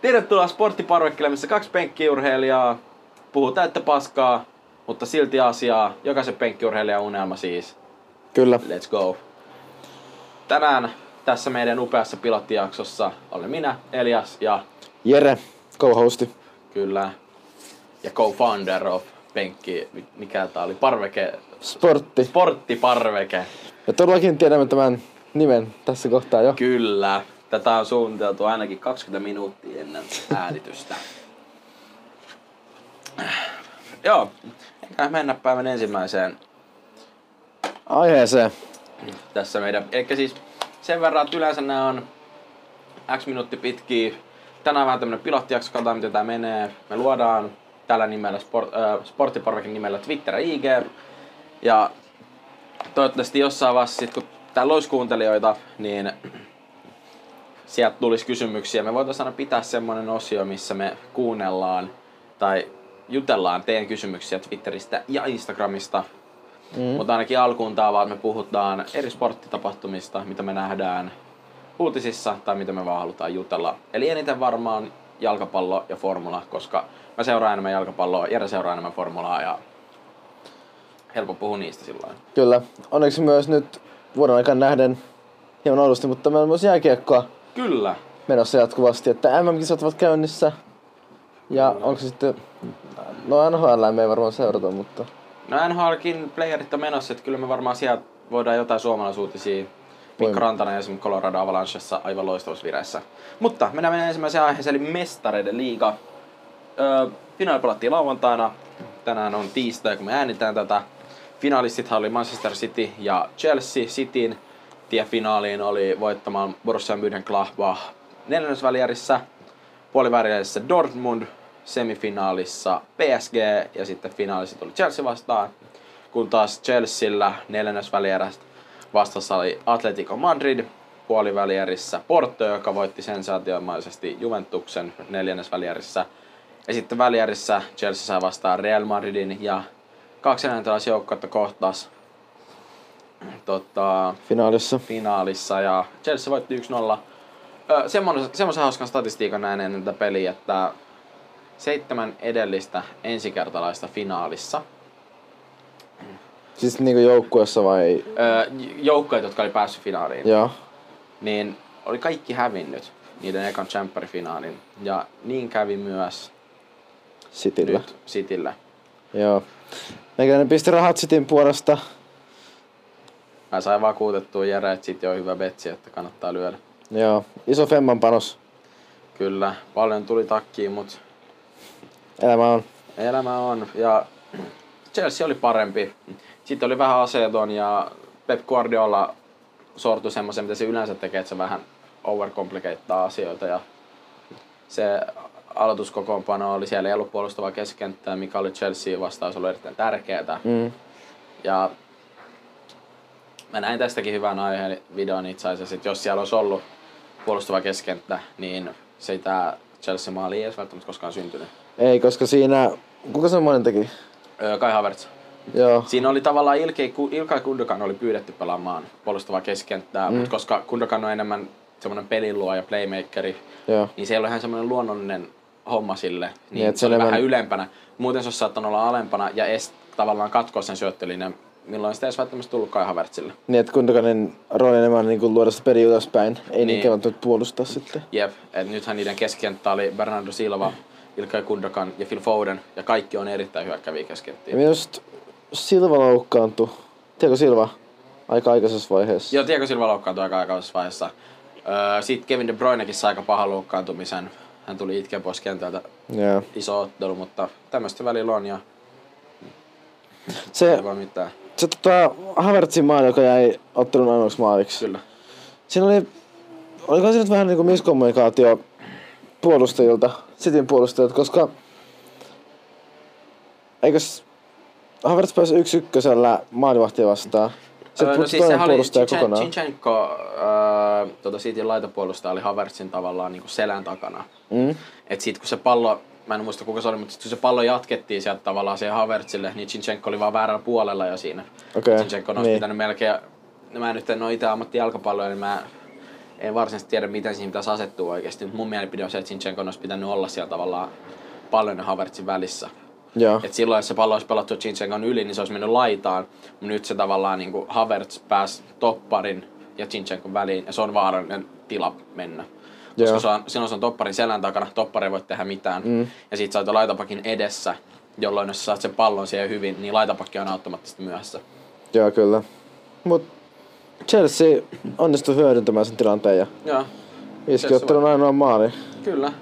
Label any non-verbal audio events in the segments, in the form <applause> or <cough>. Tervetuloa sporttiparvekkeelle, missä kaksi penkkiurheilijaa puhuu täyttä paskaa, mutta silti asiaa. Jokaisen penkkiurheilijan unelma siis. Kyllä. Let's go. Tänään tässä meidän upeassa pilottijaksossa olen minä, Elias ja Jere, co-hosti. kyllä ja co-founder of Penkki, mi- mikä tää oli, Parveke, Sportti. Sporttiparveke. Ja todellakin tiedämme tämän nimen tässä kohtaa jo. Kyllä. Tätä on suunniteltu ainakin 20 minuuttia ennen äänitystä. Joo, eikä mennä päivän ensimmäiseen Aiheeseen. tässä meidän. Ehkä siis sen verran, että yleensä nämä on X minuutti pitkiä. Tänään vähän tämmönen pilottijakso, katsotaan miten tää menee. Me luodaan tällä nimellä, sport, äh, sporttiparvekin nimellä Twitter ja IG. Ja toivottavasti jossain vaiheessa, sit, kun täällä olisi kuuntelijoita, niin sieltä tulisi kysymyksiä. Me voitaisiin aina pitää semmoinen osio, missä me kuunnellaan tai jutellaan teidän kysymyksiä Twitteristä ja Instagramista. Mm. Mutta ainakin alkuun tää on vaan, että me puhutaan eri sporttitapahtumista, mitä me nähdään uutisissa tai mitä me vaan halutaan jutella. Eli eniten varmaan jalkapallo ja formula, koska mä seuraan enemmän jalkapalloa, Jere seuraa enemmän formulaa ja helppo puhua niistä silloin. Kyllä. Onneksi myös nyt vuoden aikana nähden hieman oudosti, mutta meillä on myös jääkiekkoa Kyllä. menossa jatkuvasti, että MM-kisat ovat käynnissä. Ja onko se sitten... No NHL me ei varmaan seurata, mutta... No NHLkin playerit on menossa, että kyllä me varmaan sieltä voidaan jotain suomalaisuutisia. Mikko Voimme. Rantanen esimerkiksi Colorado Avalanchessa aivan loistavassa vireessä. Mutta mennään meidän ensimmäiseen aiheeseen, eli mestareiden liiga. Öö, finaali pelattiin lauantaina. Tänään on tiistai, kun me äänitään tätä. Finalistithan oli Manchester City ja Chelsea. Cityn tie finaaliin oli voittamaan Borussia Mönchengladbach neljännesvälijärissä. Puolivälierissä Dortmund, semifinaalissa PSG ja sitten finaalissa tuli Chelsea vastaan. Kun taas Chelsealla neljännesvälierästä vastassa oli Atletico Madrid, puolivälierissä Porto, joka voitti sensaatiomaisesti Juventuksen neljännesvälierissä. Ja sitten välierissä Chelsea saa vastaan Real Madridin ja kaksi joukkuetta kohtas tota, Finaalissa. finaalissa ja Chelsea voitti 1-0. Öö, semmoisen, semmoisen hauskan statistiikan näin ennen tätä peliä, että seitsemän edellistä ensikertalaista finaalissa. Siis niinku joukkueessa vai... Öö, joukkueet, jotka oli päässyt finaaliin, Joo. niin oli kaikki hävinnyt niiden ekan finaalin Ja niin kävi myös Cityllä. nyt Cityllä. Joo. Meikäläinen pisti rahat Cityn puolesta. Mä sain vakuutettua Jere, että City on hyvä betsi, että kannattaa lyödä. Joo. Iso femman panos. Kyllä, paljon tuli takkiin, mutta Elämä on. Elämä on. Ja Chelsea oli parempi. Sitten oli vähän aseeton ja Pep Guardiola sortui semmoisen, mitä se yleensä tekee, että se vähän overcomplicateaa asioita. Ja se aloituskokoonpano oli siellä ei ollut puolustavaa keskikenttää, mikä oli Chelsea vastaus oli erittäin tärkeää. Mm. Ja mä näin tästäkin hyvän aiheen videon itse asiassa, että jos siellä olisi ollut puolustava keskenttä, niin se ei tää Chelsea maali ei edes välttämättä koskaan syntynyt. Ei, koska siinä... Kuka semmoinen teki? Öö, Kai Havertz. Joo. Siinä oli tavallaan Ilkei, Ku- Ilkay Kundokan oli pyydetty pelaamaan puolustavaa keskenttää, mm. mutta koska Kundokan on enemmän semmoinen pelinluoja, playmakeri, Joo. niin se ei ole ihan semmoinen luonnollinen homma sille, niin, Niin, et se, se oli vähän enemmän- ylempänä. Muuten se olisi saattanut olla alempana ja est, tavallaan katkoa sen syöttölinjan, milloin sitä ei olisi välttämättä tullut Kai Havertzille. Niin, että Kundokanin rooli enemmän niin kuin luoda sitä peliä ylöspäin. Ei Niin. niin. niinkään nyt puolustaa sitten. Jep, et nythän niiden keskenttä oli Bernardo Silva, Ilkay Kundokan ja Phil Foden, ja kaikki on erittäin hyökkäviä Ja keskenttiä. minusta Silva loukkaantui. Tiedätkö Silva? Aika aikaisessa vaiheessa. Joo, Tiago Silva loukkaantui aika aikaisessa vaiheessa. Öö, Sitten Kevin De Bruynekin sai aika pahan loukkaantumisen. Hän tuli itkeen pois kentältä. Joo. Iso ottelu, mutta tämmöistä välillä on ja Se, ei voi mitään. se tota, Havertzin maali, joka jäi ottelun ainoaksi maaliksi. Kyllä. Siinä oli, oliko se nyt vähän niin kuin miskommunikaatio puolustajilta, Cityn puolustajilta, koska eikös Havertz pääsi yksi ykkösellä maalivahtia vastaan. Se öö, no siis toinen puolustaja kokonaan. Chinchenko, öö, tota Cityn laitapuolustaja oli Havertzin tavallaan niinku selän takana. Mm. Et sit kun se pallo, mä en muista kuka se oli, mutta sit kun se pallo jatkettiin sieltä tavallaan siihen Havertzille, niin Chinchenko oli vaan väärällä puolella jo siinä. Okei, Zinchenko olisi niin. pitänyt melkein, no mä nyt en ole itse ammatti jalkapalloa, niin mä en varsinaisesti tiedä, miten siinä pitäisi asettua oikeasti. Mut mun mielipide on se, että Sinchenko olisi pitänyt olla siellä tavallaan paljon ja Havertzin välissä. Joo. Et silloin, jos se pallo olisi pelattu Chinchenkon yli, niin se olisi mennyt laitaan. Mut nyt se tavallaan niin kuin Havertz pääsi topparin ja Chinchenkon väliin, ja se on vaarallinen tila mennä. Koska Joo. se on, silloin se on topparin selän takana, toppari ei voi tehdä mitään. Mm. Ja sit sä oot jo laitapakin edessä, jolloin jos sä saat sen pallon siihen hyvin, niin laitapakki on automaattisesti myöhässä. Joo, kyllä. Mut Chelsea onnistui hyödyntämään sen tilanteen ja Joo, iski ottelun ainoa maali. kyllä.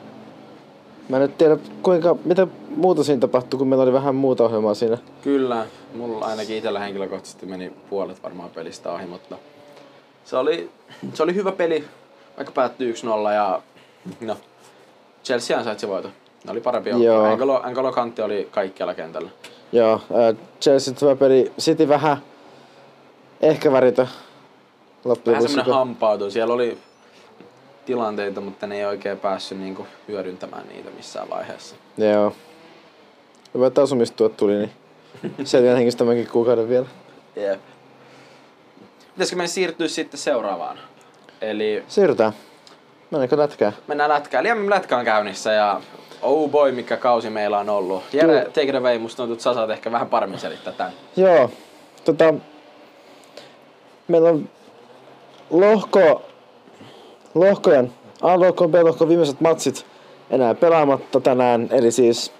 Mä en nyt tiedä, kuinka, mitä muuta siinä tapahtui, kun meillä oli vähän muuta ohjelmaa siinä. Kyllä, mulla ainakin itsellä henkilökohtaisesti meni puolet varmaan pelistä ohi, mutta se oli, se oli hyvä peli, vaikka päättyi 1-0 ja no, Chelsea ansaitsi voiton. Ne oli parempi Joo. Angolo, Angolo Kantti oli kaikkialla kentällä. Joo, äh, Chelsea hyvä peli. City vähän ehkä väritä loppujen Vähän lopuksi. semmonen hampautu, siellä oli tilanteita, mutta ne ei oikein päässyt niinku hyödyntämään niitä missään vaiheessa. Joo. Hyvä, että asumistuet tuli, niin selviän hengistä tämänkin kuukauden vielä. Jep. Pitäisikö meidän siirtyä sitten seuraavaan? Eli Siirrytään. Mennäänkö lätkään? mennään lätkään. Liam lätkä on käynnissä ja oh boy, mikä kausi meillä on ollut. Jere, Kyllä. take it away, musta tuntuu, että sä saat ehkä vähän paremmin selittää tämän. Joo, tota, meillä on lohko, lohkojen, A-lohkon, B-lohkon viimeiset matsit enää pelaamatta tänään, eli siis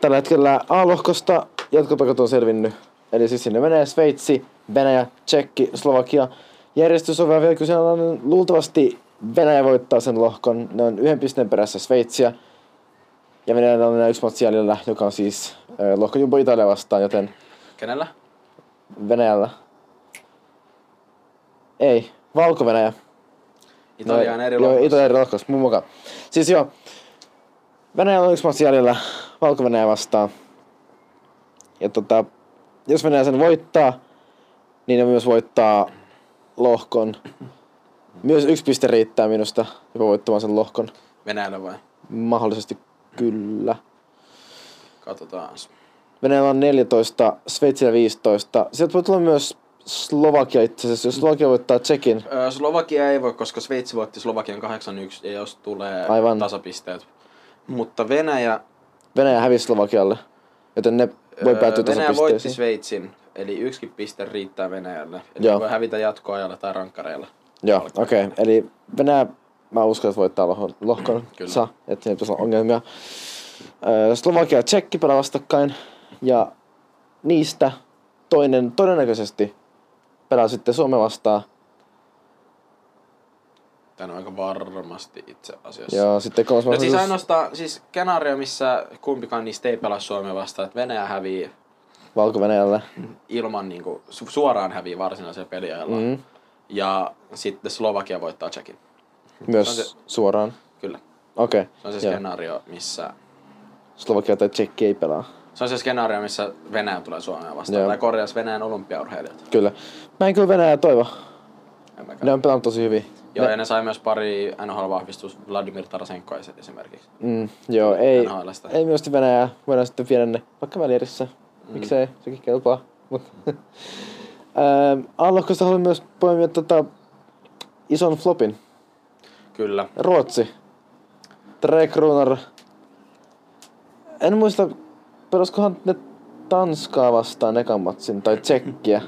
tällä hetkellä A-lohkosta jatkopakat on selvinnyt. Eli siis sinne menee Sveitsi, Venäjä, Tsekki, Slovakia. Järjestys on vähän vielä kyseenalainen. Luultavasti Venäjä voittaa sen lohkon. Ne on yhden pisteen perässä Sveitsiä. Ja Venäjällä on enää yksi matsi jäljellä, joka on siis äh, lohko Jumbo Italia vastaan, joten Kenellä? Venäjällä. Ei, Valko-Venäjä. Italia on No, eri Joo, lohkossa. Italia eri lohkossa, mun mukaan. Siis joo, Venäjällä on yksi matsi jäljellä valko vastaan. Ja tota, jos Venäjä sen voittaa, niin ne myös voittaa lohkon. Myös yksi piste riittää minusta jopa voittamaan sen lohkon. Venäjällä vai? Mahdollisesti kyllä. Katsotaan. Venäjällä on 14, Sveitsillä 15. Sieltä voi tulla myös Slovakia itse asiassa, jos Slovakia voittaa Tsekin. Ö, Slovakia ei voi, koska Sveitsi voitti Slovakian 8-1 ja jos tulee Aivan. tasapisteet. Mutta Venäjä, Venäjä hävisi Slovakialle, joten ne voi ö, päätyä Öö, Venäjä voitti tasapisteeseen. Sveitsin, eli yksikin piste riittää Venäjälle. Eli Joo. Joo. voi hävitä jatkoajalla tai rankkareilla. Joo, okei. Okay. Eli Venäjä, mä uskon, että voittaa lohkon, lohkon Kyllä. sa, että siinä pitäisi olla ongelmia. Öö, Slovakia ja Tsekki pelaa vastakkain, ja niistä toinen todennäköisesti pelaa sitten Suomea vastaan. Tän on aika varmasti itse asiassa. Ja sitten kolmas No siis mahdollisuus- ainoastaan siis skenaario, missä kumpikaan niistä ei pelaa Suomea vastaan, että Venäjä hävii Valko-Venäjälle. ilman niin kuin, su- suoraan hävii varsinaisella peliajalla. Mm. Ja sitten Slovakia voittaa Tsekin. Myös Se on se- suoraan. Kyllä. Okei. Se on siis se joo. skenaario, missä Slovakia tai Tsekki ei pelaa. se on se skenaario, missä Venäjä tulee Suomea vastaan. Joo. Tai korjaus Venäjän olympiaurheilijat. Kyllä. Mä en kyllä Venäjää toivo. En mäkään. Ne on pelannut tosi hyvin. Joo, No, ne, ja ne sai myös pari NHL-vahvistus Vladimir Tarasenko esimerkiksi. mm, joo ei, NHL:stä. ei minusta Venäjää. Voidaan sitten viedä ne vaikka välierissä. Miksei, sekin kelpaa. Mut. <laughs> Ähm, Allohkosta haluan myös poimia tota ison flopin. Kyllä. Ruotsi. Tre Kronor. En muista, pelaskohan ne Tanskaa vastaan ekan matsin, tai Tsekkiä.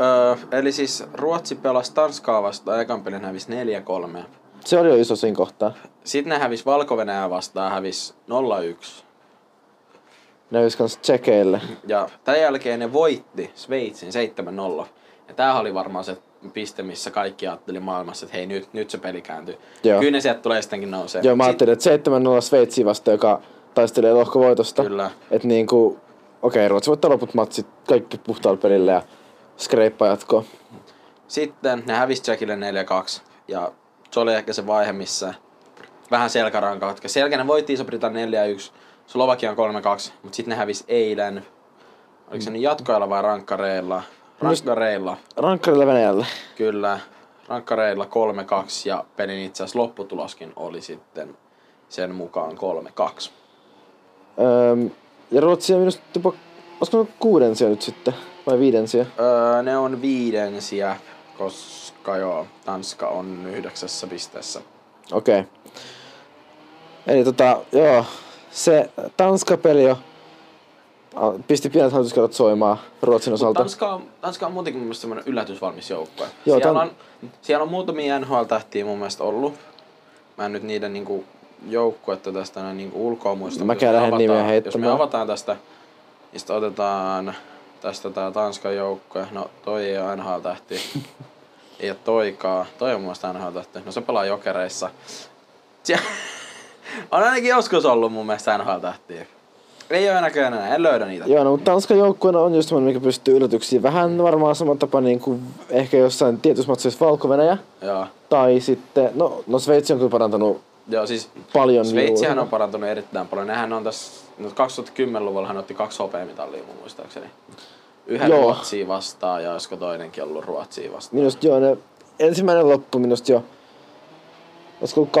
Öö, eli siis Ruotsi pelasi Tanskaa vastaan, ekan pelin hävisi 4-3. Se oli jo iso siinä kohtaa. Sitten ne hävisi valko vastaan, hävisi 0-1. Ne olisi kans Tsekeille. Ja tämän jälkeen ne voitti Sveitsin 7-0. Ja tämähän oli varmaan se piste, missä kaikki ajatteli maailmassa, että hei nyt, nyt se peli kääntyy. Joo. Kyllä ne sieltä tulee sittenkin nousee. Joo, mä ajattelin, että 7-0 Sveitsi vasta, joka taistelee lohkovoitosta. Kyllä. Et niinku, okei, okay, Ruotsi voittaa loput matsit, kaikki puhtaalla pelillä ja skreippaa jatkoa. Sitten ne hävisi Tsekille 4-2. Ja se oli ehkä se vaihe, missä vähän selkäranka katkesi. Sen jälkeen ne voitti Iso-Britannia 4-1, Slovakian 3-2, mutta sitten ne hävisi eilen. Oliko se nyt jatkoilla vai rankkareilla? Rankkareilla, Rankkarilla Venäjälle. kyllä. Rankkareilla 3-2 ja pelin itse asiassa lopputuloskin oli sitten sen mukaan 3-2. Öm, ja Ruotsi on minusta jopa, olisiko ne kuudensia nyt sitten? Vai viidensiä? Öö, ne on viidensiä. koska joo, Tanska on yhdeksässä pisteessä. Okei. Okay. Eli tota, joo, se Tanska-peli jo a- pisti pienet hälytyskerrat soimaan Ruotsin Mut osalta. Tanska on, Tanska on muutenkin mun mielestä semmoinen yllätysvalmis joukkue. Joo, Joo, siellä, Tan- on, siellä on muutamia NHL-tähtiä mun mielestä ollut. Mä en nyt niiden niinku joukkuetta tästä näin niinku ulkoa muista. mutta Mäkään jos me lähden nimeä avataan- Jos me heittämään. avataan tästä, niin sit otetaan tästä tää Tanskan joukkue. No toi ei ole NHL-tähti. <laughs> ei ole toikaa. Toi on mun mielestä NHL-tähti. No se pelaa jokereissa. Sie- <laughs> on ainakin joskus ollut mun mielestä NHL-tähtiä. Ei ole näköjään enää, en löydä niitä. Joo, no, mutta Tanskan joukkueena on just semmoinen, mikä pystyy yllätyksiin. Vähän varmaan sama tapa niin kuin ehkä jossain tietyissä matseissa valko Joo. Tai sitten, no, no Sveitsi on kyllä parantanut Joo, siis paljon. Sveitsihän viime on parantunut erittäin paljon. Nehän on tässä, no 2010-luvulla hän otti kaksi hopeamitalia mun muistaakseni. Yhden Joo. Joo. Ruotsia vastaan ja olisiko toinenkin ollut Ruotsia vastaan. Minusta joo, ne, ensimmäinen loppu minusta jo. Olisiko ollut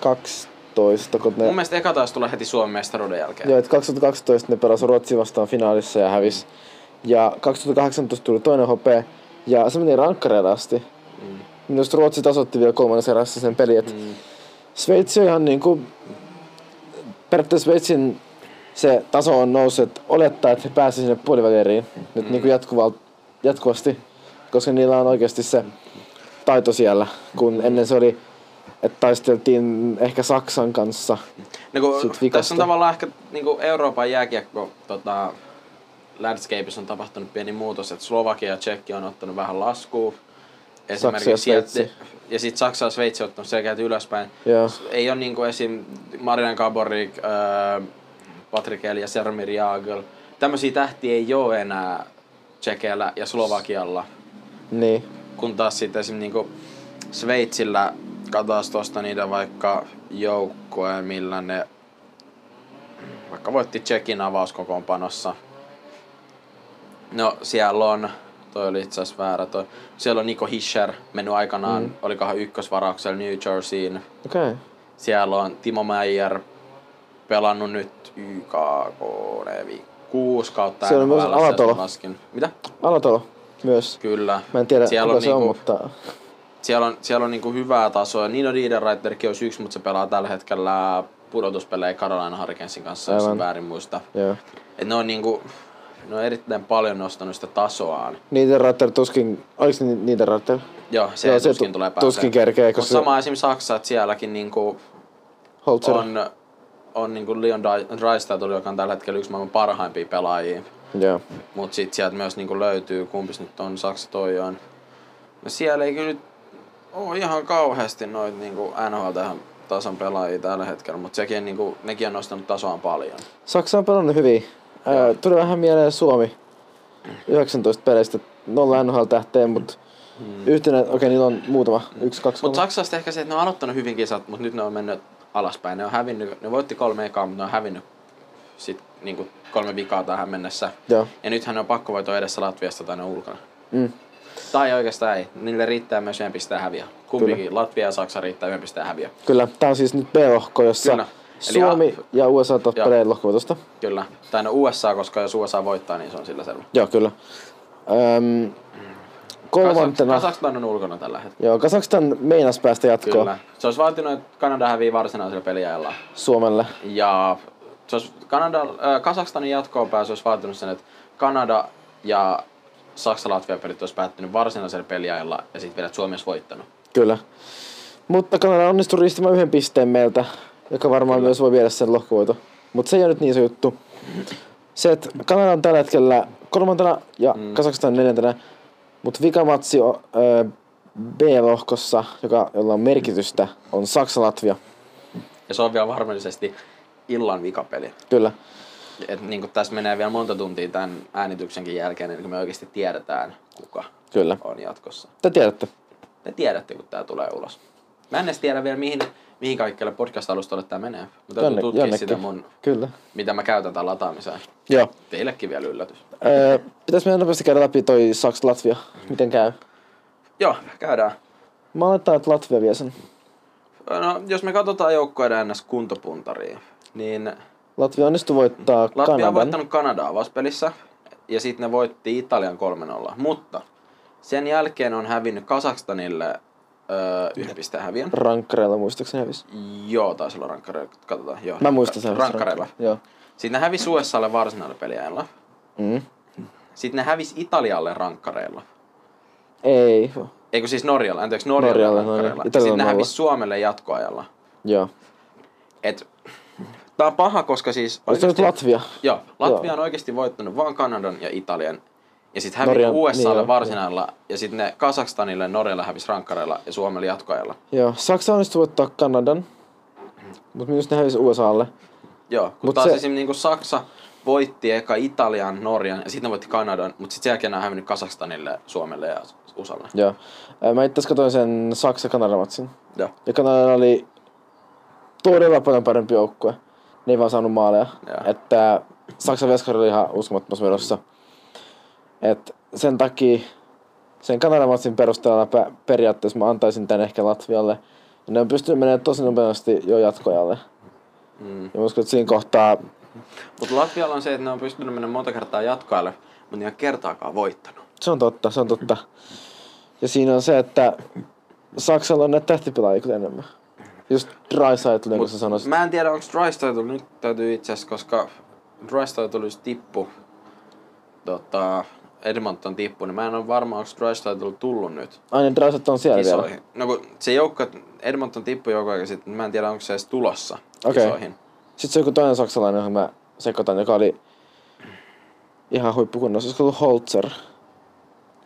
2012, kun ne, Mun mielestä eka taas tulla heti Suomen mestaruuden jälkeen. joo, et 2012 ne pelasi Ruotsia vastaan finaalissa ja hävis. Ja 2018 tuli toinen hopea ja se meni rankkareille asti. Mm. Minusta Ruotsi tasotti vielä kolmannessa erässä sen peli, et Mm. Sveitsi on ihan niinku... Periaatteessa Sveitsin se taso on noussut, että olettaa, että he pääsevät sinne puolivälieriin nyt niinku Mm. jatkuval, jatkuvasti, koska niillä on oikeasti se taito siellä, kun Mm. ennen se oli, että taisteltiin ehkä Saksan kanssa. No, kun Sit vikasta. tässä on tavallaan ehkä niin kuin Euroopan jääkiekko tota, landscapeissa on tapahtunut pieni muutos, että Slovakia ja Tsekki on ottanut vähän laskua. Esimerkiksi ja ja, Sveitsi. ja ja sitten Saksa ja Sveitsi on ottanut selkeästi ylöspäin. Joo. Ei ole niinku esim. Marian Kaborik, öö, Patrick Eli ja Sermir Jagl. Tämmöisiä tähtiä ei ole enää Tsekeillä ja Slovakialla. Niin. Kun taas sitten esim. Niinku Sveitsillä katsotaan tuosta niiden vaikka joukkoja, millä ne vaikka voitti Tsekin avauskokoonpanossa. No siellä on, toi oli itse asiassa väärä toi. Siellä on Niko Hischer mennyt aikanaan, mm. olikohan ykkösvarauksella New Jerseyin. Okei. Okay. Siellä on Timo Meijer pelannut nyt YKK 6 kautta Siellä on myös NHL:ssä, jos Alatalo. mä laskin. Mitä? Alatalo myös. Kyllä. Mä en tiedä, siellä kuka on, se on, niinku, mutta siellä on, siellä on niinku hyvää tasoa. Nino Niederreiterkin olisi yksi, mutta se pelaa tällä hetkellä pudotuspelejä Carolina Hurricanesin kanssa, jos en Aivan. väärin muista. joo. Et ne on niinku, ne on erittäin paljon nostanut sitä tasoaan. Niiden Ratter tuskin, oliks ni- niiden Ratter? Joo, se, Joo, joo, se se tuskin tu- tulee pääsee. tuskin kerkee, Mut koska- sama esimerkiksi Saksa, että sielläkin niinku Holzer? on, on niinku Leon Dreistad, joka on tällä hetkellä yksi maailman parhaimpia pelaajia. Joo. Mutta sitten sieltä myös niinku löytyy, kumpis nyt on Saksa toi on. No siellä ei kyllä nyt ole ihan kauheasti noit niinku NHL tähän tason pelaajia tällä hetkellä, mutta sekin niinku, nekin on nostanut tasoaan paljon. Saksa on pelannut hyvin. Ää, tuli vähän mieleen Suomi. 19 peleistä, nolla NHL tähteen, mutta mm. yhtenä, okei okay, niillä on muutama, yksi, kaksi, Mutta kolme. Saksasta ehkä se, että ne on aloittanut hyvin kisat, mutta nyt ne on mennyt alaspäin. Ne on hävinnyt, ne voitti kolme ekaa, mutta ne on hävinnyt sit niinku kolme vikaa tähän mennessä. Joo. Ja nythän ne on pakko voittaa edessä Latviasta tai ne on ulkona. Mm. Tai oikeastaan ei. Niille riittää myös yhden pisteen häviä. Kumpikin, Latvia ja Saksa riittää yhden pisteen häviä. Kyllä, tää on siis nyt B-lohko, jossa Kyllä. Kyllä. Eli Suomi a- ja USA ovat Joo. pelejä lohkovoitosta. Kyllä. Tai no USA, koska jos USA voittaa, niin se on sillä selvä. Joo, kyllä. Öm, kolmantena, Kasaks- Kasakstan on ulkona tällä hetkellä. joo, Kasakstan meinas päästä jatkoon Kyllä. Se olisi vaatinut, että Kanada hävii varsinaisella peliajalla. Suomelle. Ja se olisi Kanada, äh, Kasakstanin jatkoon pääsy olisi vaatinut sen, että Kanada ja Saksa-Latvia pelit olisi päättynyt varsinaisella peliajalla ja sitten vielä että Suomi olisi voittanut. Kyllä. Mutta Kanada onnistui riistämään yhden pisteen meiltä, joka varmaan Kyllä. myös voi viedä sen lohkovoiton. Mutta se ei ole nyt niin iso juttu. Se, että Kanada on tällä hetkellä kolmantena ja mm. Kazakstan neljäntenä, mutta vikamatsi o- ö, B-lohkossa, joka, jolla on merkitystä, on Saksa-Latvia. Ja se on vielä varmallisesti illan vikapeli. Kyllä. Et niin tässä menee vielä monta tuntia tämän äänityksenkin jälkeen, niin me oikeasti tiedetään, kuka Kyllä. on jatkossa. Te tiedätte. Te tiedätte, kun tämä tulee ulos. Mä en edes tiedä vielä, mihin, mihin kaikkialle podcast-alustalle tämä menee. Mutta täytyy Jonne- tutkia sitä mun, Kyllä. mitä mä käytän tämän lataamiseen. Joo. Teillekin vielä yllätys. Öö, pitäis meidän nopeasti käydä läpi toi Saksa-Latvia. Miten käy? Joo, käydään. Mä oletan, että Latvia vie sen. No, jos me katsotaan joukkoiden ns. kuntopuntaria, niin Latvia onnistui voittaa Latvia on Kanadan. voittanut Kanadaa avauspelissä ja sitten ne voitti Italian 3-0. Mutta Sen jälkeen on hävinnyt Kasakstanille öö, yhden pisteen häviön. Rankkareilla muistaakseni hävisi. Joo, taisi olla rankkareilla. Katsotaan. Joo, Mä muistan sen. Rankkareilla. Joo. Sitten ne hävisi USAlle varsinaisella peliajalla. Mm. Sitten ne hävisi Italialle rankkareilla. Ei. Eikö siis Norjalle, anteeksi Norjalle, Norjalle, Norjalle no niin. rankkareilla. Italialla Sitten ne nolla. hävisi Suomelle jatkoajalla. Joo. Et, tää on paha, koska siis... Oliko se nyt oikeesti- Latvia? Joo, Latvia Joo. on oikeasti voittanut vaan Kanadan ja Italian. Ja sitten hävisi Norjan- niin USAlle joo, niin varsinailla, ja sitten ne Kasakstanille, Norjalle hävisi rankkareilla ja Suomelle jatkoajalla. Joo. Saksa onnistui voittaa Kanadan. Mut myös ne hävisi USAlle. Joo, kun Mut taas se- se... esimerkiksi niin Saksa voitti eka Italian, Norjan ja sitten ne voitti Kanadan, mutta sitten sen jälkeen ne on hävinnyt Kasakstanille, Suomelle ja Usalle. Joo. Ää, Mä itse asiassa katsoin sen Saksa-Kanada-matsin. Joo. Ja Kanada oli todella paljon parempi joukkue. Ne ei vaan saanut maaleja. Joo. Että Saksan veskari oli ihan uskomattomassa vedossa. Et sen takia sen Kanadamatsin perusteella pä- periaatteessa mä antaisin tän ehkä Latvialle. Ja ne on pystynyt menemään tosi nopeasti jo jatkoajalle. Mm. Ja mä uskon, että siinä kohtaa Mutta Latvialla on se, että ne on pystynyt mennä monta kertaa jatkoajalle, mutta ne ei ole kertaakaan voittanut. se on totta, se on totta. Ja siinä on se, että Saksalla on näitä tähtipelaajia kyllä enemmän. Just Drysaitl, niin kuin sä sanoisit. Mä en tiedä, onko Drystyle nyt täytyy itse asiassa, koska Drystyle tippu, tota, Edmonton tippu, niin mä en ole varma, onko Drystyle tullut nyt Aina Drysaitl on siellä vielä. kisoihin. No kun se joukko, Edmonton tippu joku aika sitten, niin mä en tiedä, onko se edes tulossa Okei. kisoihin. Sitten se joku toinen saksalainen, johon mä sekoitan, joka oli ihan huippukunnossa. Olisiko ollut Holzer?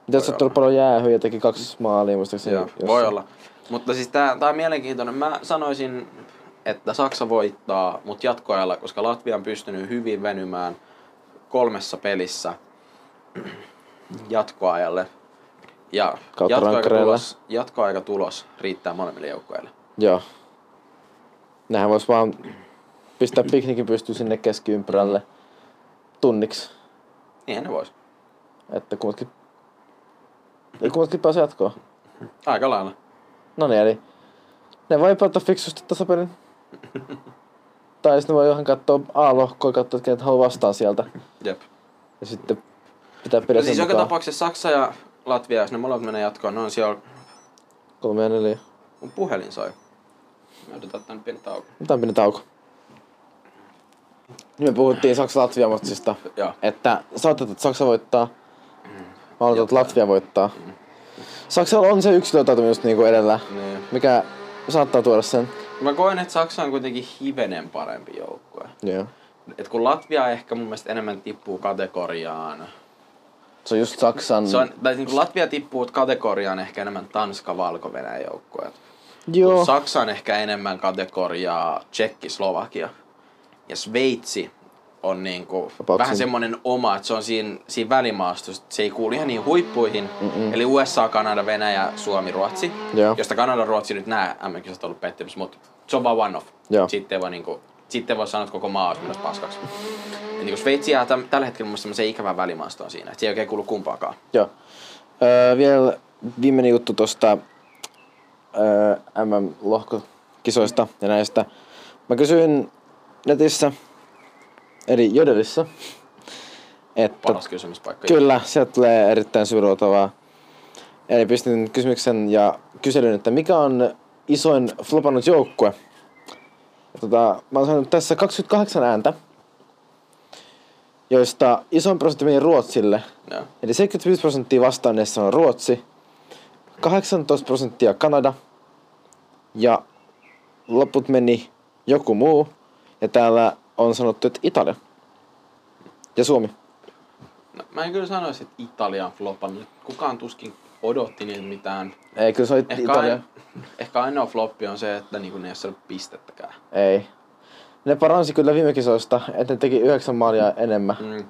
Mitä se olla. on paljon jäähyä ja teki kaksi maalia muistaakseni. Joo, jossain. voi olla. Mutta siis tää, tää on mielenkiintoinen. Mä sanoisin, että Saksa voittaa, mutta jatkoajalla, koska Latvia on pystynyt hyvin venymään kolmessa pelissä <clears throat> jatkoajalle. Ja Kautta jatkoaika rankkareilla. tulos, jatkoaika tulos riittää molemmille joukkueille. Joo. Nehän vois vaan pistää piknikin pystyyn sinne keskiympyrälle tunniksi, Niinhän ne Niin, vois. että kummatkin, ja kummatkin pääsee jatkoon. Aika lailla. No niin, eli ne voi pelata fiksusti <laughs> tasapelin. tai sitten ne voi ihan katsoa A-lohkoa, katsoa, että kenet haluaa vastaan sieltä. Jep. Ja sitten pitää pidä Ja sen siis joka mukaan. tapauksessa Saksa ja Latvia, jos ne molemmat menee jatkoon, ne on siellä, Kolme ja neljä. mun puhelin soi. Mä odotan tän pieni tauko. Otetaan pieni tauko. Nyt me puhuttiin Saksa-Latvia-matsista. Joo. Että sä otat, että Saksa voittaa. Mä odotan, että Latvia voittaa. Saksalla on se yksilötautuminen just niinku edellä, Niin. mikä saattaa tuoda sen. Mä koen, että Saksa on kuitenkin hivenen parempi joukkue. Joo. Et kun Latvia ehkä mun mielestä enemmän tippuu kategoriaan. Se on just Saksan... Se on, tai niin kuin Latvia tippuu kategoriaan ehkä enemmän Tanska, valko venäjä joukkueet. Joo. Saksa on ehkä enemmän kategoriaa Tsekki, Slovakia. Ja Sveitsi on niin kuin About vähän siinä. semmoinen oma, että se on siinä, siinä välimaastossa. että Se ei kuulu ihan niin huippuihin. Mm-mm. Eli USA, Kanada, Venäjä, Suomi, Ruotsi. Joo. Josta Kanada, Ruotsi nyt nää MM-kisat on ollut pettymys, mutta se on vaan one off. Joo. Sitten, ei voi, niin kuin, sitten ei voi sanoa, että koko maa on menossa paskaksi. Ja niin kuin Sveitsi jää täm, tällä hetkellä mun mielestä semmoiseen ikävään välimaastoon siinä. Että se ei oikein kuulu kumpaakaan. Joo. Öö, vielä viimeinen juttu tuosta öö, MM-lohkokisoista ja näistä. Mä kysyin netissä, eli Jodelissa, että Paras kysymyspaikka. kyllä, sieltä tulee erittäin syrjoutavaa. Eli pistin kysymyksen ja kyselyn, että mikä on isoin flopannut joukkue? Ja Tota, mä oon saanut tässä 28 ääntä, joista isoin prosentti meni Ruotsille – Joo. Eli 75 prosenttia vastanneista on Ruotsi, 18 prosenttia Kanada ja loput meni joku muu. Ja täällä on sanottu, että Italia ja Suomi. No, mä en kyllä sanoisi, että Italia on flopannut. Kukaan tuskin odotti niitä mitään. Ei, kyllä se oli Ehkä, Italia. ain, ehkä ainoa floppi on se, että niinku ne ei ole saanut pistettäkään. Ei. Ne paransi kyllä viime kisoista, että ne teki yhdeksän maalia enemmän. Mm.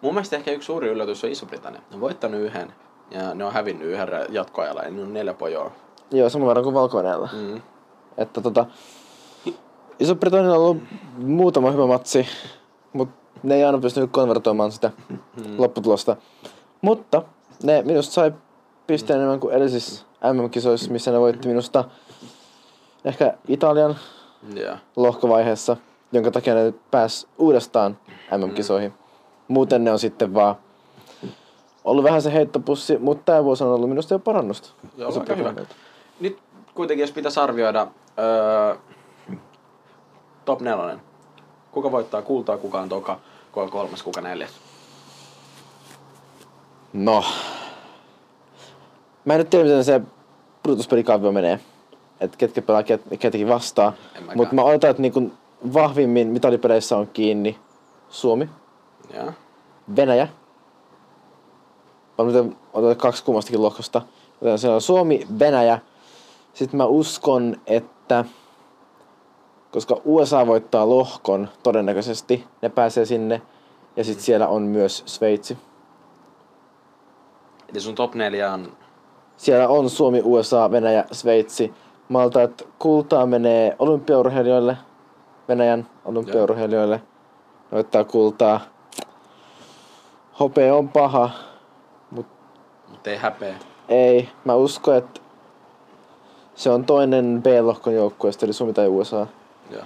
Mun mielestä ehkä yksi suuri yllätys on Iso-Britannia. Ne on voittanut yhden ja ne on hävinnyt yhden rä- jatkoajalla. Eli ne on neljä pojoa. Joo, saman verran kuin valko mm. Mm. Että tota, Iso-Britannialla on ollut muutama hyvä matsi, mutta ne ei aina pystynyt konvertoimaan sitä Mm-hmm. lopputulosta. Mutta ne minusta sai pisteen enemmän kuin edellisissä MM-kisoissa, missä ne voitti minusta ehkä Italian Yeah. lohkovaiheessa, jonka takia Mm-hmm. ne pääs uudestaan MM-kisoihin. Muuten ne on sitten vaan ollut vähän se heittopussi, mutta tämä vuosi on ollut minusta jo parannusta. Joo, aika hyvä. Nyt kuitenkin, jos pitäisi arvioida öö, top nelonen. Kuka voittaa kultaa, kuka on toka, kuka on kolmas, kuka neljäs? No. Mä en nyt tiedä, miten se pudotuspelikavio menee. Että ketkä pelaa ket, ketkäkin vastaan. En mäkään. Mutta mä oletan, että niinku vahvimmin mitalipeleissä on kiinni Suomi, Joo. Venäjä. Mä nyt otan kaksi kummastakin lohkosta. Joten siellä on Suomi, Venäjä. Sitten mä uskon, että koska USA voittaa lohkon todennäköisesti, ne pääsee sinne. Ja sitten siellä on myös Sveitsi. Eli sun top neljä on... Siellä on Suomi, USA, Venäjä, Sveitsi. Malta, että kultaa menee olympiaurheilijoille, Venäjän olympiaurheilijoille. Ne ottaa kultaa. Hopea on paha, mutta Mutta ei häpeä. ei. Mä uskon, että se on toinen B-lohkon joukkueesta, eli Suomi tai USA. Joo.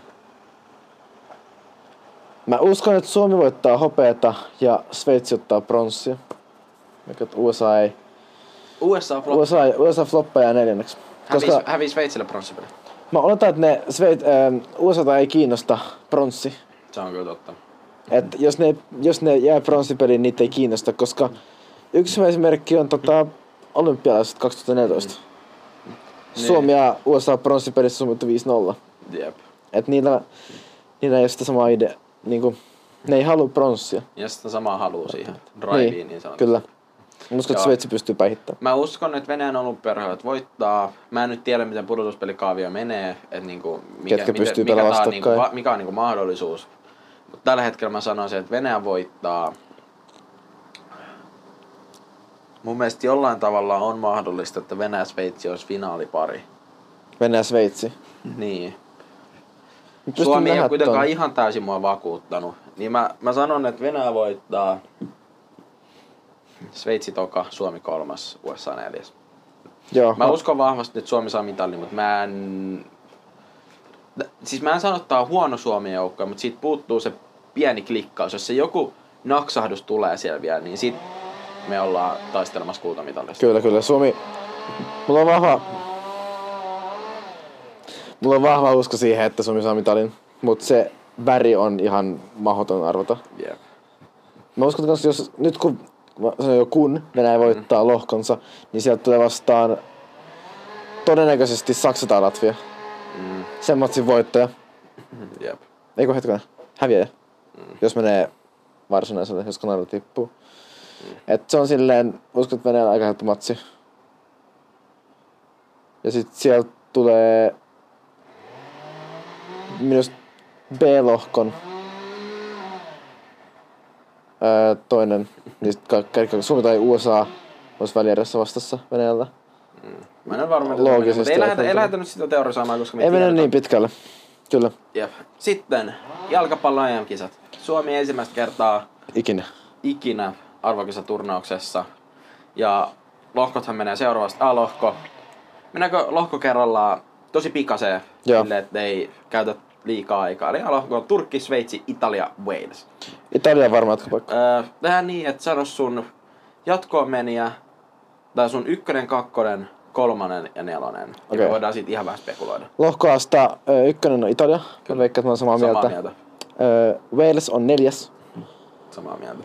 Mä uskon, että Suomi voittaa hopeata ja Sveitsi ottaa pronssia. Mikä että USA ei. USA flop. USA, USA floppaja neljänneksi. Hävisi, Koska... hävisi Sveitsille pronssipeli. Mä oletan, että ne Sveit, ähm, USA ei kiinnosta pronssi. Se on kyllä totta. Et jos, ne, jos ne jää pronssipeliin, niitä ei kiinnosta, koska yksi hyvä esimerkki on tota, olympialaiset 2014. Niin. Suomi ja USA pronssipelissä summittu 5-0. Jep. Et niillä, niillä ei ole sitä samaa idea. Niinku, ne ei halua pronssia. Ja sitten samaa haluu siihen driveen niin, niin sanotaan. Kyllä. Mä uskon, että Joo. Sveitsi pystyy päihittämään. Mä uskon, että Venäjän olympiarhoilijat voittaa. Mä en nyt tiedä, miten pudotuspelikaavio menee, että niinku, mikä, Ketkä miten- pystyy mikä, pelaamaan tää on vastakkain. niinku, va- mikä on niinku mahdollisuus. Mutta tällä hetkellä mä sanoisin, että Venäjä voittaa. Mun mielestä jollain tavalla on mahdollista, että Venäjä ja Sveitsi olisi finaalipari. Venäjä ja Sveitsi. Niin. Pystyn Suomi ei nähdä ole kuitenkaan ton. ihan täysin mua vakuuttanut. Niin mä, mä sanon, että Venäjä voittaa. Sveitsi toka, Suomi kolmas, USA neljäs. Joo, Mä uskon vahvasti, että Suomi saa mitallin, mutta mä en... Siis mä en sano, että tää on huono Suomen joukko, mutta siitä puuttuu se pieni klikkaus. Jos se joku naksahdus tulee siellä vielä, niin sit me ollaan taistelemassa kultamitallista. Kyllä, kyllä. Suomi... Mulla on vahva... Mulla on vahva usko siihen, että Suomi saa mitalin. Mutta se väri on ihan mahdoton arvota. Kyllä. Yeah. Mä uskon, että kans jos nyt kun, mä sanoin jo kun Venäjä voittaa lohkonsa, niin sieltä tulee vastaan todennäköisesti Saksa tai Latvia. Mm, Sen matsin voittaja. jep. Eikö hetkinen, häviäjä. Jos menee varsinaiselle, jos kanava tippuu. Et se on silleen, uskon, että Venäjällä aika helppo matsi. Ja sit sieltä tulee minusta B-lohkon öö, toinen, niistä ka- ka- Suomi tai USA olisi välierässä vastassa Venäjällä. Mä en ole varma, että menee, Loogisesti mutta ei lähdetä, ei ajateltuna. lähdetä nyt sitä teorisoimaan, koska me Ei mennä tiedetään. niin pitkälle. Kyllä, Jep. Sitten jalkapallo EM-kisat. Suomi ensimmäistä kertaa ikinä. ikinä arvokisaturnauksessa. Ja lohkothan menee seuraavasta A-lohko. Mennäänkö lohko kerrallaan tosi pikaseen, Joo. sille, että ei käytä liikaa aikaa. Eli A-lohko on Turkki, Sveitsi, Italia, Wales. Italia on varmaan jatkopaikka. Öö, tehdään niin, että sano sun jatkoon meniä, tai sun ykkönen, kakkonen, kolmannen ja nelonen. Ja me Okei. voidaan siitä ihan vähän spekuloida. Lohkoasta ö, ykkönen on Italia. Mä veikkaan, että mä oon samaa, Samaa mieltä. mieltä. Ö, Wales on neljäs. Samaa mieltä.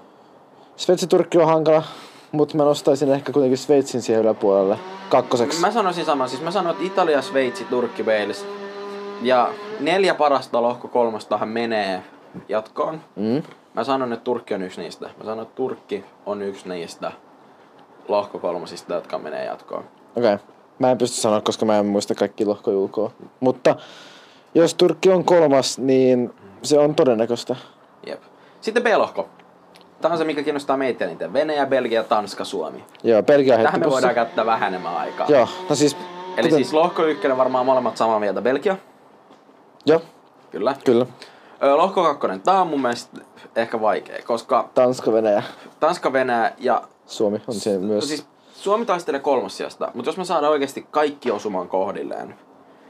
Sveitsi Turkki on hankala, mutta mä nostaisin ehkä kuitenkin Sveitsin siihen yläpuolelle kakkoseksi. Mä sanoisin saman, siis mä sanoin, että Italia, Sveitsi, Turkki, Wales. Ja neljä parasta lohko kolmostahan menee jatkoon. Mm. Mä sanon, että Turkki on yksi niistä. Mä sanon, että Turkki on yksi niistä lohko kolmosista, jotka menee jatkoon. Okei. Okay. Mä en pysty sanoa, koska mä en muista kaikki lohkoja ulkoa. Mutta jos Turkki on kolmas, niin se on todennäköistä. Jep. Sitten B-lohko. Tämä on se, mikä kiinnostaa meitä eniten. Venäjä, Belgia, Tanska, Suomi. Joo, Belgia Tähän me heittopussi. voidaan käyttää vähän enemmän aikaa. Joo, no siis... Eli siis lohko ykkönen varmaan molemmat samaa mieltä. Belgia, Joo, kyllä. kyllä. Ö, lohko kakkonen. Tää on mun mielestä ehkä vaikea, koska Tanska, Venäjä, Tanska, Venäjä ja Suomi on siinä No myös. siis Suomi taistelee kolmossijasta, mutta jos me saadaan oikeasti kaikki osumaan kohdilleen,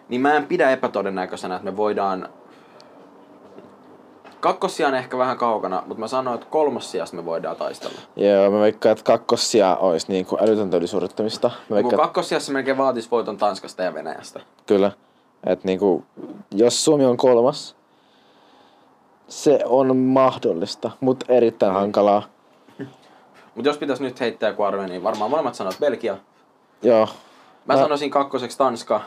niin mä en pidä epätodennäköisenä, että me voidaan Kakkossijan ehkä vähän kaukana, mutta mä sanoin, että kolmossijasta me voidaan taistella. Joo, mä veikkaan, että kakkossija olisi niin kuin älytöntä ylisuorittamista. Mä Kun veikkaan, kakkossijassa melkein vaatisi voiton Tanskasta ja Venäjästä. Kyllä. Et niinku, jos Suomi on kolmas, se on mahdollista, mutta erittäin hankalaa. Mutta jos pitäisi nyt heittää joku arve, niin varmaan molemmat sanot Belgia. Joo. Mä Mä- sanoisin kakkoseksi Tanska.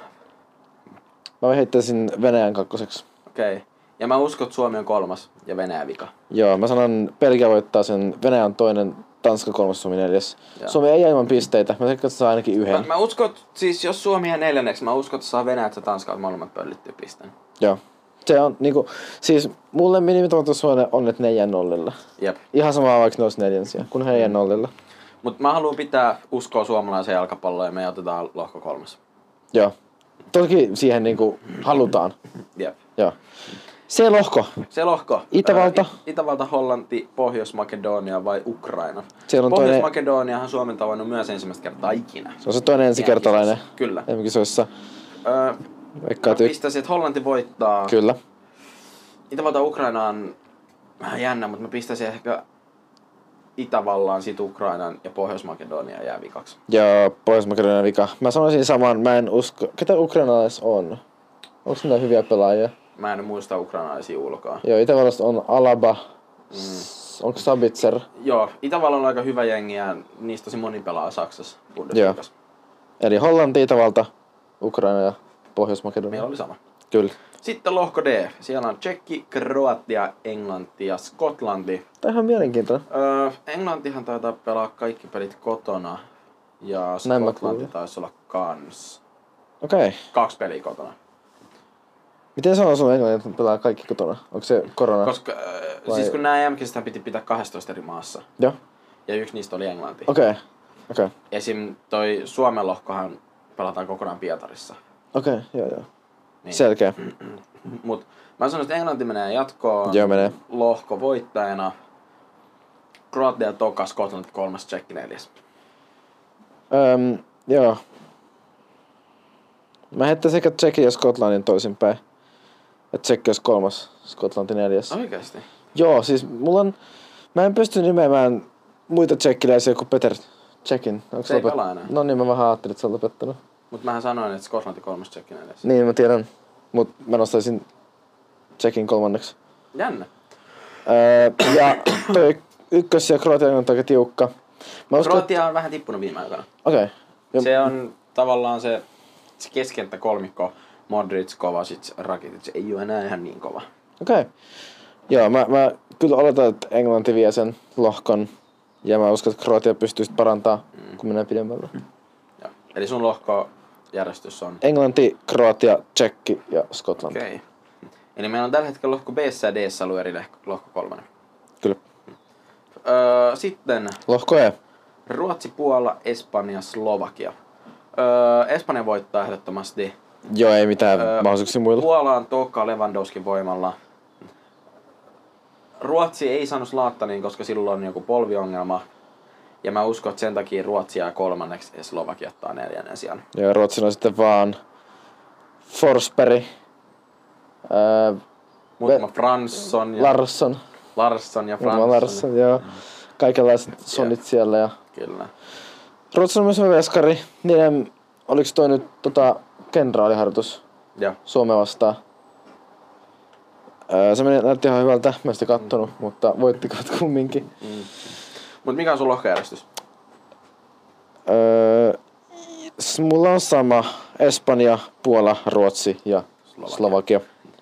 Mä heittäisin Venäjän kakkoseksi. Okei. Okay. Ja mä uskon, että Suomi on kolmas ja Venäjä vika. Joo, mä sanon, Belgia voittaa sen, Venäjä on toinen, Tanska kolmas, Suomi neljäs. Joo. Suomi ei jää ilman pisteitä, mä veikkaan, että se saa ainakin Mä, yhden. mä uskon, että siis jos Suomi jää neljänneksi, mä uskon, että saa Venäjät ja Tanskat molemmat pöllittyä pisteen. Joo. Se on niinku, siis mulle minimitoimintosuone on, että ne jää nollilla. Jep. Ihan sama vaikka ne olisi neljänsiä, kun he jää nollilla. Mutta mä haluan pitää uskoa suomalaiseen jalkapalloon ja me otetaan lohko kolmas. Joo. Toki siihen niinku halutaan. Jep. Joo. Se lohko. Se lohko. Itävalta. Ää, It- Itävalta, Hollanti, Pohjois-Makedonia vai Ukraina? Siellä on toinen- Pohjois-Makedoniahan Suomen on tavannut myös ensimmäistä kertaa ikinä. Se on se toinen ensikertalainen. Kyllä. EM-kisoissa. Öö, mä Veikkaat y- pistäisin, että Hollanti voittaa. Kyllä. Itävalta Ukraina on vähän jännä, mutta mä pistäisin ehkä Itävallaan, sit Ukrainan ja Pohjois-Makedonia jää vikaksi. Ja Pohjois-Makedonian vika. Mä sanoisin saman, mä en usko... Ketä ukrainalais on? Onko niitä hyviä pelaajia? Mä en muista ukrainalaisia ulkoa. Joo, Itävallasta on Alaba. Mm. Onko Sabitzer? Joo, Itävalla on aika hyvä jengi ja niistä tosi moni pelaa Saksassa. Bundesligassa. Eli Hollanti, Itävalta, Ukraina ja Pohjois-Makedonia. Meillä oli sama. Kyllä. Sitten lohko D. Siellä on Tsekki, Kroatia, Englanti ja Skotlanti. Tämä on ihan mielenkiintoinen. Öö, Englantihan taitaa pelaa kaikki pelit kotona. Ja Näin mä Skotlanti kuulin. taisi olla kans. Okei. Okay. Kaksi peliä kotona. Miten se on sun englannin, että pelaa kaikki kotona? Onko se korona? Koska, öö, Vai- siis kun nämä em piti pitää 12 eri maassa. Joo. Ja yksi niistä oli Englanti. Okay. Okei. Okei. Esim. toi Suomen lohkohan pelataan kokonaan Pietarissa. Okei, joo joo. Niin. Selkeä. Mut mä sanoin, että Englanti menee jatkoon. Joo, menee. Lohko voittajana. Kroatia toka, Skotlanti kolmas, Tsekki neljäs. Öm, joo. Mä heittäisin sekä Tsekin ja Skotlannin toisinpäin. Et Tsekki olisi kolmas, Skotlanti neljäs. Oikeesti? Joo, siis mulla on... Mä en pysty nimeämään muita tsekkiläisiä kuin Peter Tsekin. Onks Se ei pelaa enää. No niin, mä vähän ajattelin, että se on lopettanut. Mut mähän sanoin, että Skotlanti kolmas, Tsekki neljäs. Niin, mä tiedän. Mut mä nostaisin Tsekin kolmanneksi. Jännä. Öö, ja toi <coughs> ykkös ja Kroatia on aika tiukka. Mä uskon, että- Kroatia on vähän tippunut viime aikoina. Okei. Okay. Se on tavallaan se, se keskenttä kolmikko. Modric, Kovacic, Rakitic ei ole enää ihan niin kova. Okei. Okay. Joo, mä, mä kyllä oletan, että Englanti vie sen lohkon. Ja mä uskon, että Kroatia pystyisi parantaa, mm. kun menee pidemmälle. Ja. Eli sun lohko järjestys on Englanti, Kroatia, Tsekki ja Skotlanti. Okay. Okei. Hm. Eli meillä on tällä hetkellä lohko B ja D ollut eri lehko- lohko kolmonen. Kyllä. Öö, sitten Lohko E. Ruotsi, Puola, Espanja, Slovakia. Öö, Espanja voittaa ehdottomasti. Joo, ei mitään öö, mahdollisuuksia muilla. Puola on toka Lewandowskin voimalla. Ruotsi ei saanut Slaattaniin, koska silloin on joku polviongelma. Ja mä uskon, että sen takia Ruotsi jää kolmanneksi ja Slovakia ottaa neljännen sijan. Ja Ruotsin on sitten vaan Forsberg, öö, Muutama Fransson ja Larsson, Larsson ja Muutama Fransson. Larsson, joo. Kaikenlaiset sonit siellä ja Kyllä. Ruotsin on myös hyvä veskari. Niiden, oliko toi nyt tota, kenraaliharjoitus? Ja Suomea vastaan. Öö, se meni, näytti ihan hyvältä, mä en sitä kattonut, mutta voittikoot kumminkin. Mut mikä on sun lohkojärjestys? Öö, s- mulla on sama Espanja, Puola, Ruotsi ja Slovakia. Slovakia. Slovakia.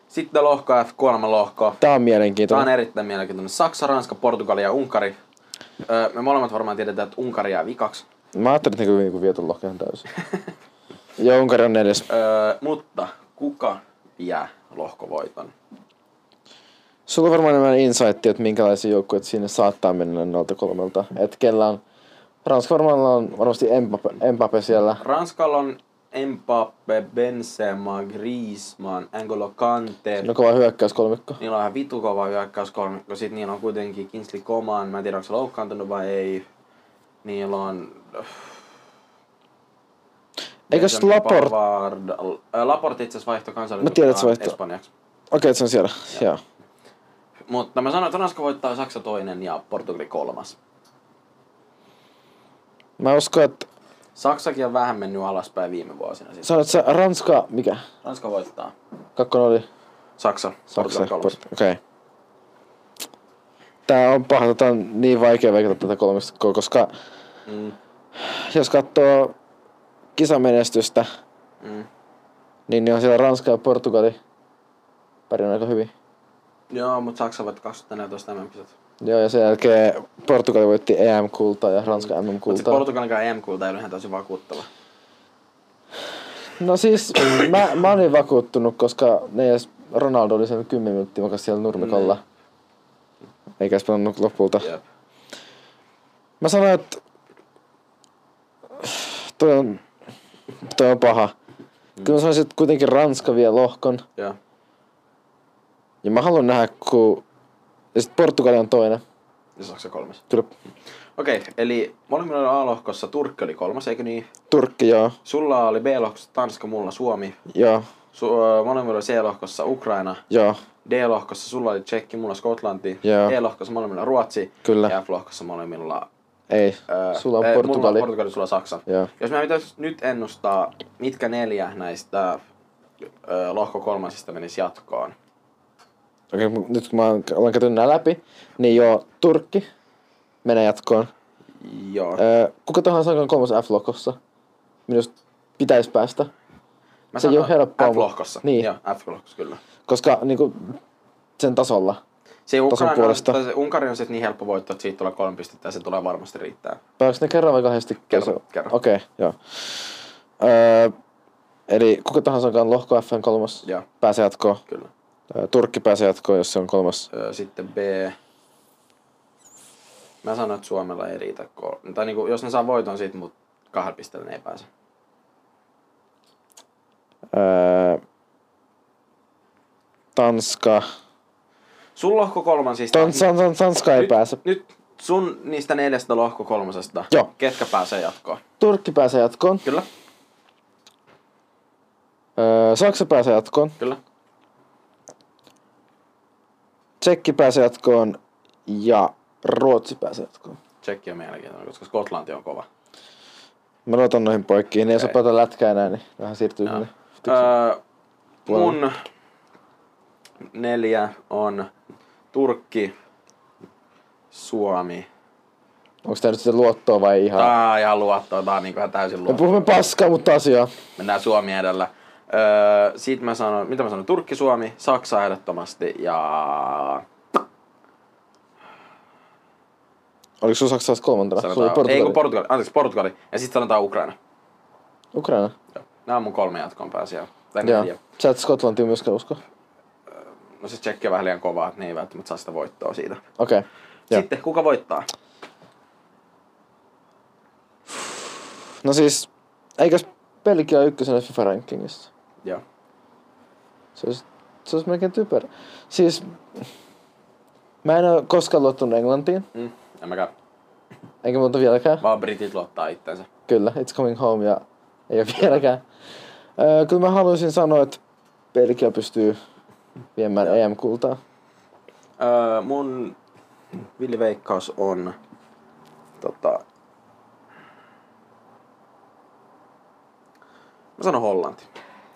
Sitten lohko F3 lohko. Tää on Tämä on mielenkiintoinen. erittäin mielenkiintoinen. Saksa, Ranska, Portugali ja Unkari. Öö, me molemmat varmaan tiedetään, että Unkari jää vikaksi. Mä ajattelin, että ne niinku vietun lohkehan täysin. <laughs> ja Unkari on neljäs. Öö, mutta kuka jää lohkovoiton? Sulla on varmaan enemmän insightia, että minkälaisia joukkueita sinne saattaa mennä noilta kolmelta. Et kellä on... Ranska varmaan on varmasti Mbappe, Mbappe siellä. Ranskalla on Mbappe, Benzema, Griezmann, N'Golo Kante. No kova hyökkäyskolmikko. Niillä on ihan vitu kova hyökkäyskolmikko. Sitten niillä on kuitenkin Kingsley Coman. Mä en tiedä, onko se loukkaantunut vai ei. Niillä on... Eikös Benjamin Laport... Pavard... Laport itse asiassa vaihtoi Mä tiedän, että se kansallisuutta vaihtoi. Espanjaksi. Okei, okay, se on siellä. Joo. Mutta mä sanoin, että Ranska voittaa Saksa toinen ja Portugali kolmas. Mä uskon, että Saksakin on vähän mennyt alaspäin viime vuosina. Siis. sanoit sä Ranska, mikä? Ranska voittaa. Kakkonen oli? Saksa. Saksa. Portugali kolmas. Port- Okei. Okay. Tää on paha, tätä on niin vaikea veikata tätä kolmikkoa, koska Mm. jos katsoo kisamenestystä, Mm. niin, niin on siellä Ranska ja Portugali pärjännyt aika hyvin. Joo, mutta Saksa voitti 2014 MM-kisat. Joo, ja sen jälkeen Portugali voitti EM-kultaa ja Ranska Mutta MM-kultaa. Portugalinkaan EM-kulta ei ole ihan täysin vakuuttava. No siis, mä, mä olin vakuuttunut, koska ne edes Ronaldo oli sen 10 minuuttia makas siellä nurmikolla. Eikä edes pelannut lopulta. Jep. Mä sanoin, että toi on, toi on paha. Kyllä mä sanoisin, että kuitenkin Ranska vie lohkon. Joo. Ja mä haluan nähdä, kun... Ja sit Portugali on toinen. Ja Saksa kolmas. Kyllä Okei, okay, eli molemmilla oli A-lohkossa Turkki oli kolmas, eikö niin? Turkki, joo. Sulla oli B-lohkossa Tanska, mulla Suomi. Joo, Su- ö, molemmilla oli C-lohkossa Ukraina. joo, D-lohkossa sulla oli Tsekki, mulla Skotlanti. Joo. E-lohkossa molemmilla Ruotsi. Kyllä. Ja F-lohkossa molemmilla... ei. ö, Sulla on Äh, ei, Mulla on Portugali. Portugali, sulla on Saksa. Joo. Jos mä pitäisi nyt ennustaa, mitkä neljä näistä ö, lohko kolmasista menisi jatkoon. Okei, mut nyt kun mä oon- olen käynyt nää läpi, niin joo, Turkki menee jatkoon. Joo. Öö, kuka tahansa onkaan kolmas F-lokossa. Minusta pitäisi päästä. Mä se ei oo helppoa, mut- F-lohkossa. niin. Joo, F-lohkossa kyllä. Koska niinku, sen tasolla. Se Ukraina, puolesta. tai se Unkari on sitten niin helppo voitto, että siitä tulee kolme pistettä ja se tulee varmasti riittää. Pääks ne kerran vai kahdesti? Kerran, kerran. Okei, okay, joo. Öö, eli kuka tahansa onkaan lohko F kolmas Joo, pääsee jatkoon. kyllä. Öö, Turkki pääsee jatkoon, jos se on kolmas. Öö, Sitten B. Mä sanon, että Suomella ei riitä. kol- Tai niinku, jos ne saa voiton siitä, mutta kahdella pisteellä ne ei pääse. Öö, Tanska. Sun lohko kolmansista. Tans, tans, tans, Tanska ei nyt, pääse. Nyt sun niistä neljästä lohko kolmosesta. Joo. Ketkä pääsee jatkoon? Turkki pääsee jatkoon. Kyllä, Öö, Saksa pääsee jatkoon. kyllä. Tsekki pääsee jatkoon. Ja Ruotsi pääsee jatkoon. Tsekki on mielenkiintoinen, koska Skotlanti on kova. Mä luotan noihin poikkiin. Ne ei osaa Ei. pelata lätkää enää, niin vähän siirtyy sinne. Öö, mun neljä on Turkki, Suomi. Onko tää nyt sitten luottoa vai ihan? Tää on ihan luottoa, tää on niinku ihan täysin Me luottoa. puhumme paskaa, mutta asiaa. Mennään Suomi edellä. Öö, sit mä sanon, mitä mä sanon, Turkki, Suomi, Saksa ehdottomasti ja... Oliko sun saksalaiset kolmantena? Sulla oli Sanotaan, Portugali. ei kun Portugali, anteeksi Portugali. Ja sitten sanotaan Ukraina. Ukraina. Joo. Nää on mun kolme jatkoon pääsiä. Tai Joo. neljä. Sä et Skotlantiin myöskään usko. No se tsekki on vähän liian kovaa, että ne ei välttämättä saa sitä voittoa siitä. Okei. Okay. Joo. Sitten kuka voittaa? No siis, eikös Belgia ole ykkösenä FIFA-rankingissa? Joo. Se olisi, se olisi melkein typerä. Siis, mä en ole koskaan luottanut Englantiin, Mm, en mäkään. eikä muuta vieläkään. Vaan britit luottaa itsensä. Kyllä, It's Coming Home ja ei ole vieläkään. Öö, kyllä mä haluaisin sanoa, että Belgia pystyy viemään EM-kultaa. Öö, mun villiveikkaus on... Tota, mä sanon Hollanti.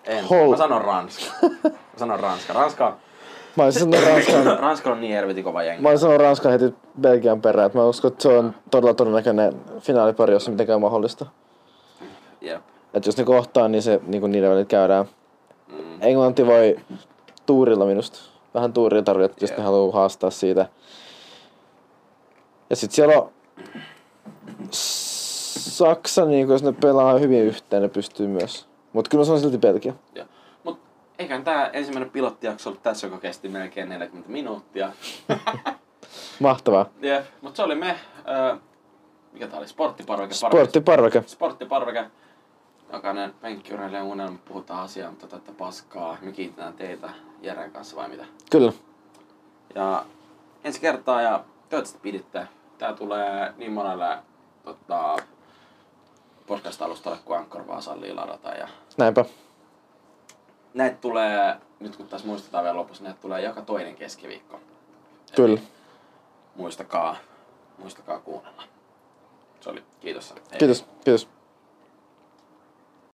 En. Hol- mä sanon Ranska. mä sanon Ranska. Ranska, Mä olisin sanonut Ranskan, Ranska on niin helvetin kova jengi. mä olisin sanonut Ranskan heti Belgian perään. että Mä uskon, että se on todella todennäköinen finaalipari, jos se mitenkään on mahdollista. Jep. Et jos ne kohtaa, niin, se, niin kuin niiden välit käydään. Englanti voi tuurilla minusta. Vähän tuuria tarvitaan, jos ne Jep. haluaa haastaa siitä. Ja sitten siellä on Saksa, niin kun jos ne pelaa hyvin yhteen, ne pystyy myös. Mutta kyllä se on silti Belgia. Ja. Mut eiköhän tää ensimmäinen pilottijakso ollut tässä, joka kesti melkein 40 minuuttia. Mahtavaa. Jep. Mut se oli me. Öö, mikä tää oli? Sporttiparveke. Sporttiparveke. sporttiparveke. Jokainen penkkiurheilija unelma puhutaan asiaa, mutta tätä paskaa. Me kiitetään teitä Jeren kanssa vai mitä. Kyllä. Ja ensi kertaa ja toivottavasti piditte. Tää tulee niin monelle tota, podcast-alustalle kuin Anchor vaan sallii ladata. Ja Näinpä. näitä tulee, nyt kun taas muistetaan vielä lopussa, näitä tulee joka toinen keskiviikko. Kyllä. Muistakaa, muistakaa kuunnella. Se oli, kiitos. Hei. Kiitos, kiitos.